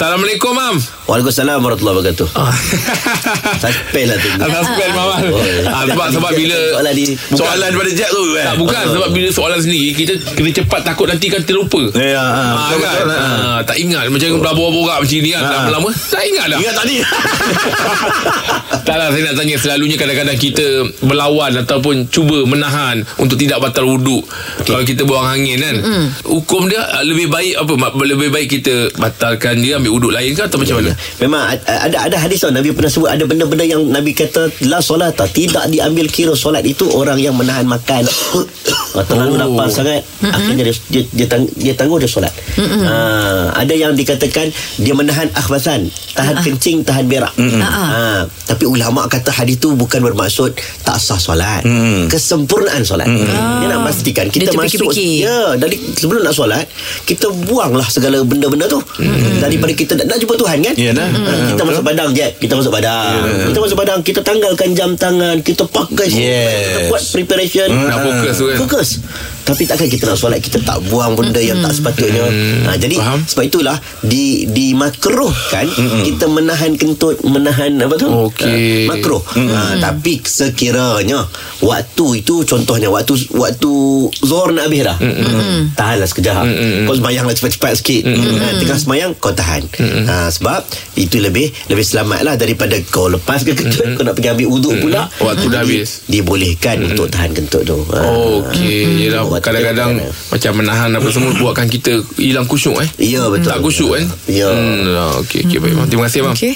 Assalamualaikum, Mam. Waalaikumsalam warahmatullahi wabarakatuh. Ah. Suspend lah tu. Atas spell, Mam. Ah, sebab, sebab bila... soalan di Soalan daripada Jack tu eh. Tak, Ah, bukan. Sebab bila soalan sendiri, kita kena cepat takut nanti kan terlupa. Ya, ah, Ah, betul, kan? betul, ah. Ah, tak ingat macam borak-borak macam ni kan Ah. lama-lama tak ingat dah Ingat tadi. tak lah saya nak tanya selalunya kadang-kadang kita melawan ataupun cuba menahan untuk tidak batal wuduk okay. kalau kita buang angin kan mm hukum dia ah, lebih baik apa Mak? lebih baik kita batalkan dia ambil wuduk lain ke atau Ya, macam mana Memang a- a- ada ada hadis tau Nabi pernah sebut ada benda-benda yang Nabi kata la solat tak tidak diambil kira solat itu orang yang menahan makan. Ah, Oh. Terlalu lapar sangat akhirnya dia dia, dia, tang, dia tangguh dia solat. Ha, ada yang dikatakan dia menahan akhbasan, tahan Ah. kencing, tahan berak. Ha, tapi ulama kata hadis itu bukan bermaksud tak sah solat. Kesempurnaan solat. Dia nak pastikan kita Ah. Dia masuk terfikir-fikir. ya dari sebelum nak solat kita buanglah segala benda-benda tu Hmm. daripada kita nak, nak jumpa Tuhan kan Ya dah. Ah, Ha, Hmm. kita Betul. masuk padang je kita masuk padang Ya. kita masuk padang kita tanggalkan jam tangan kita pakai semua. Yes. kita buat preparation nak fokus tu kan fokus tapi takkan kita nak solat kita tak buang benda yang tak sepatutnya ha, jadi Hmm. Faham. Hmm, sebab itulah di dimakruhkan kita menahan kentut menahan apa tu Okey. ha, makruh ha, Mm-hmm. tapi sekiranya waktu itu contohnya waktu waktu zuhur nak habis dah Mm-hmm. Ha, tahanlah sekejap kau semayanglah cepat-cepat sikit Mm-hmm. ha, tengah semayang kau tahan ha, sebab itu lebih lebih selamat lah daripada kau lepas ke kentut kau nak pergi ambil uduk pula Mm-hmm. Waktu dah habis. Jadi, Mm-hmm. Oh, dibolehkan untuk tahan kentut tu ha. Okey, yelah Buat kan, eh. kadang-kadang dia, macam menahan apa semua buatkan kita hilang khusyuk eh. Ya, betul. Tak khusyuk kan? Ya. Hmm, lah, okey, okey baik. Mam. Terima kasih bang. Okey.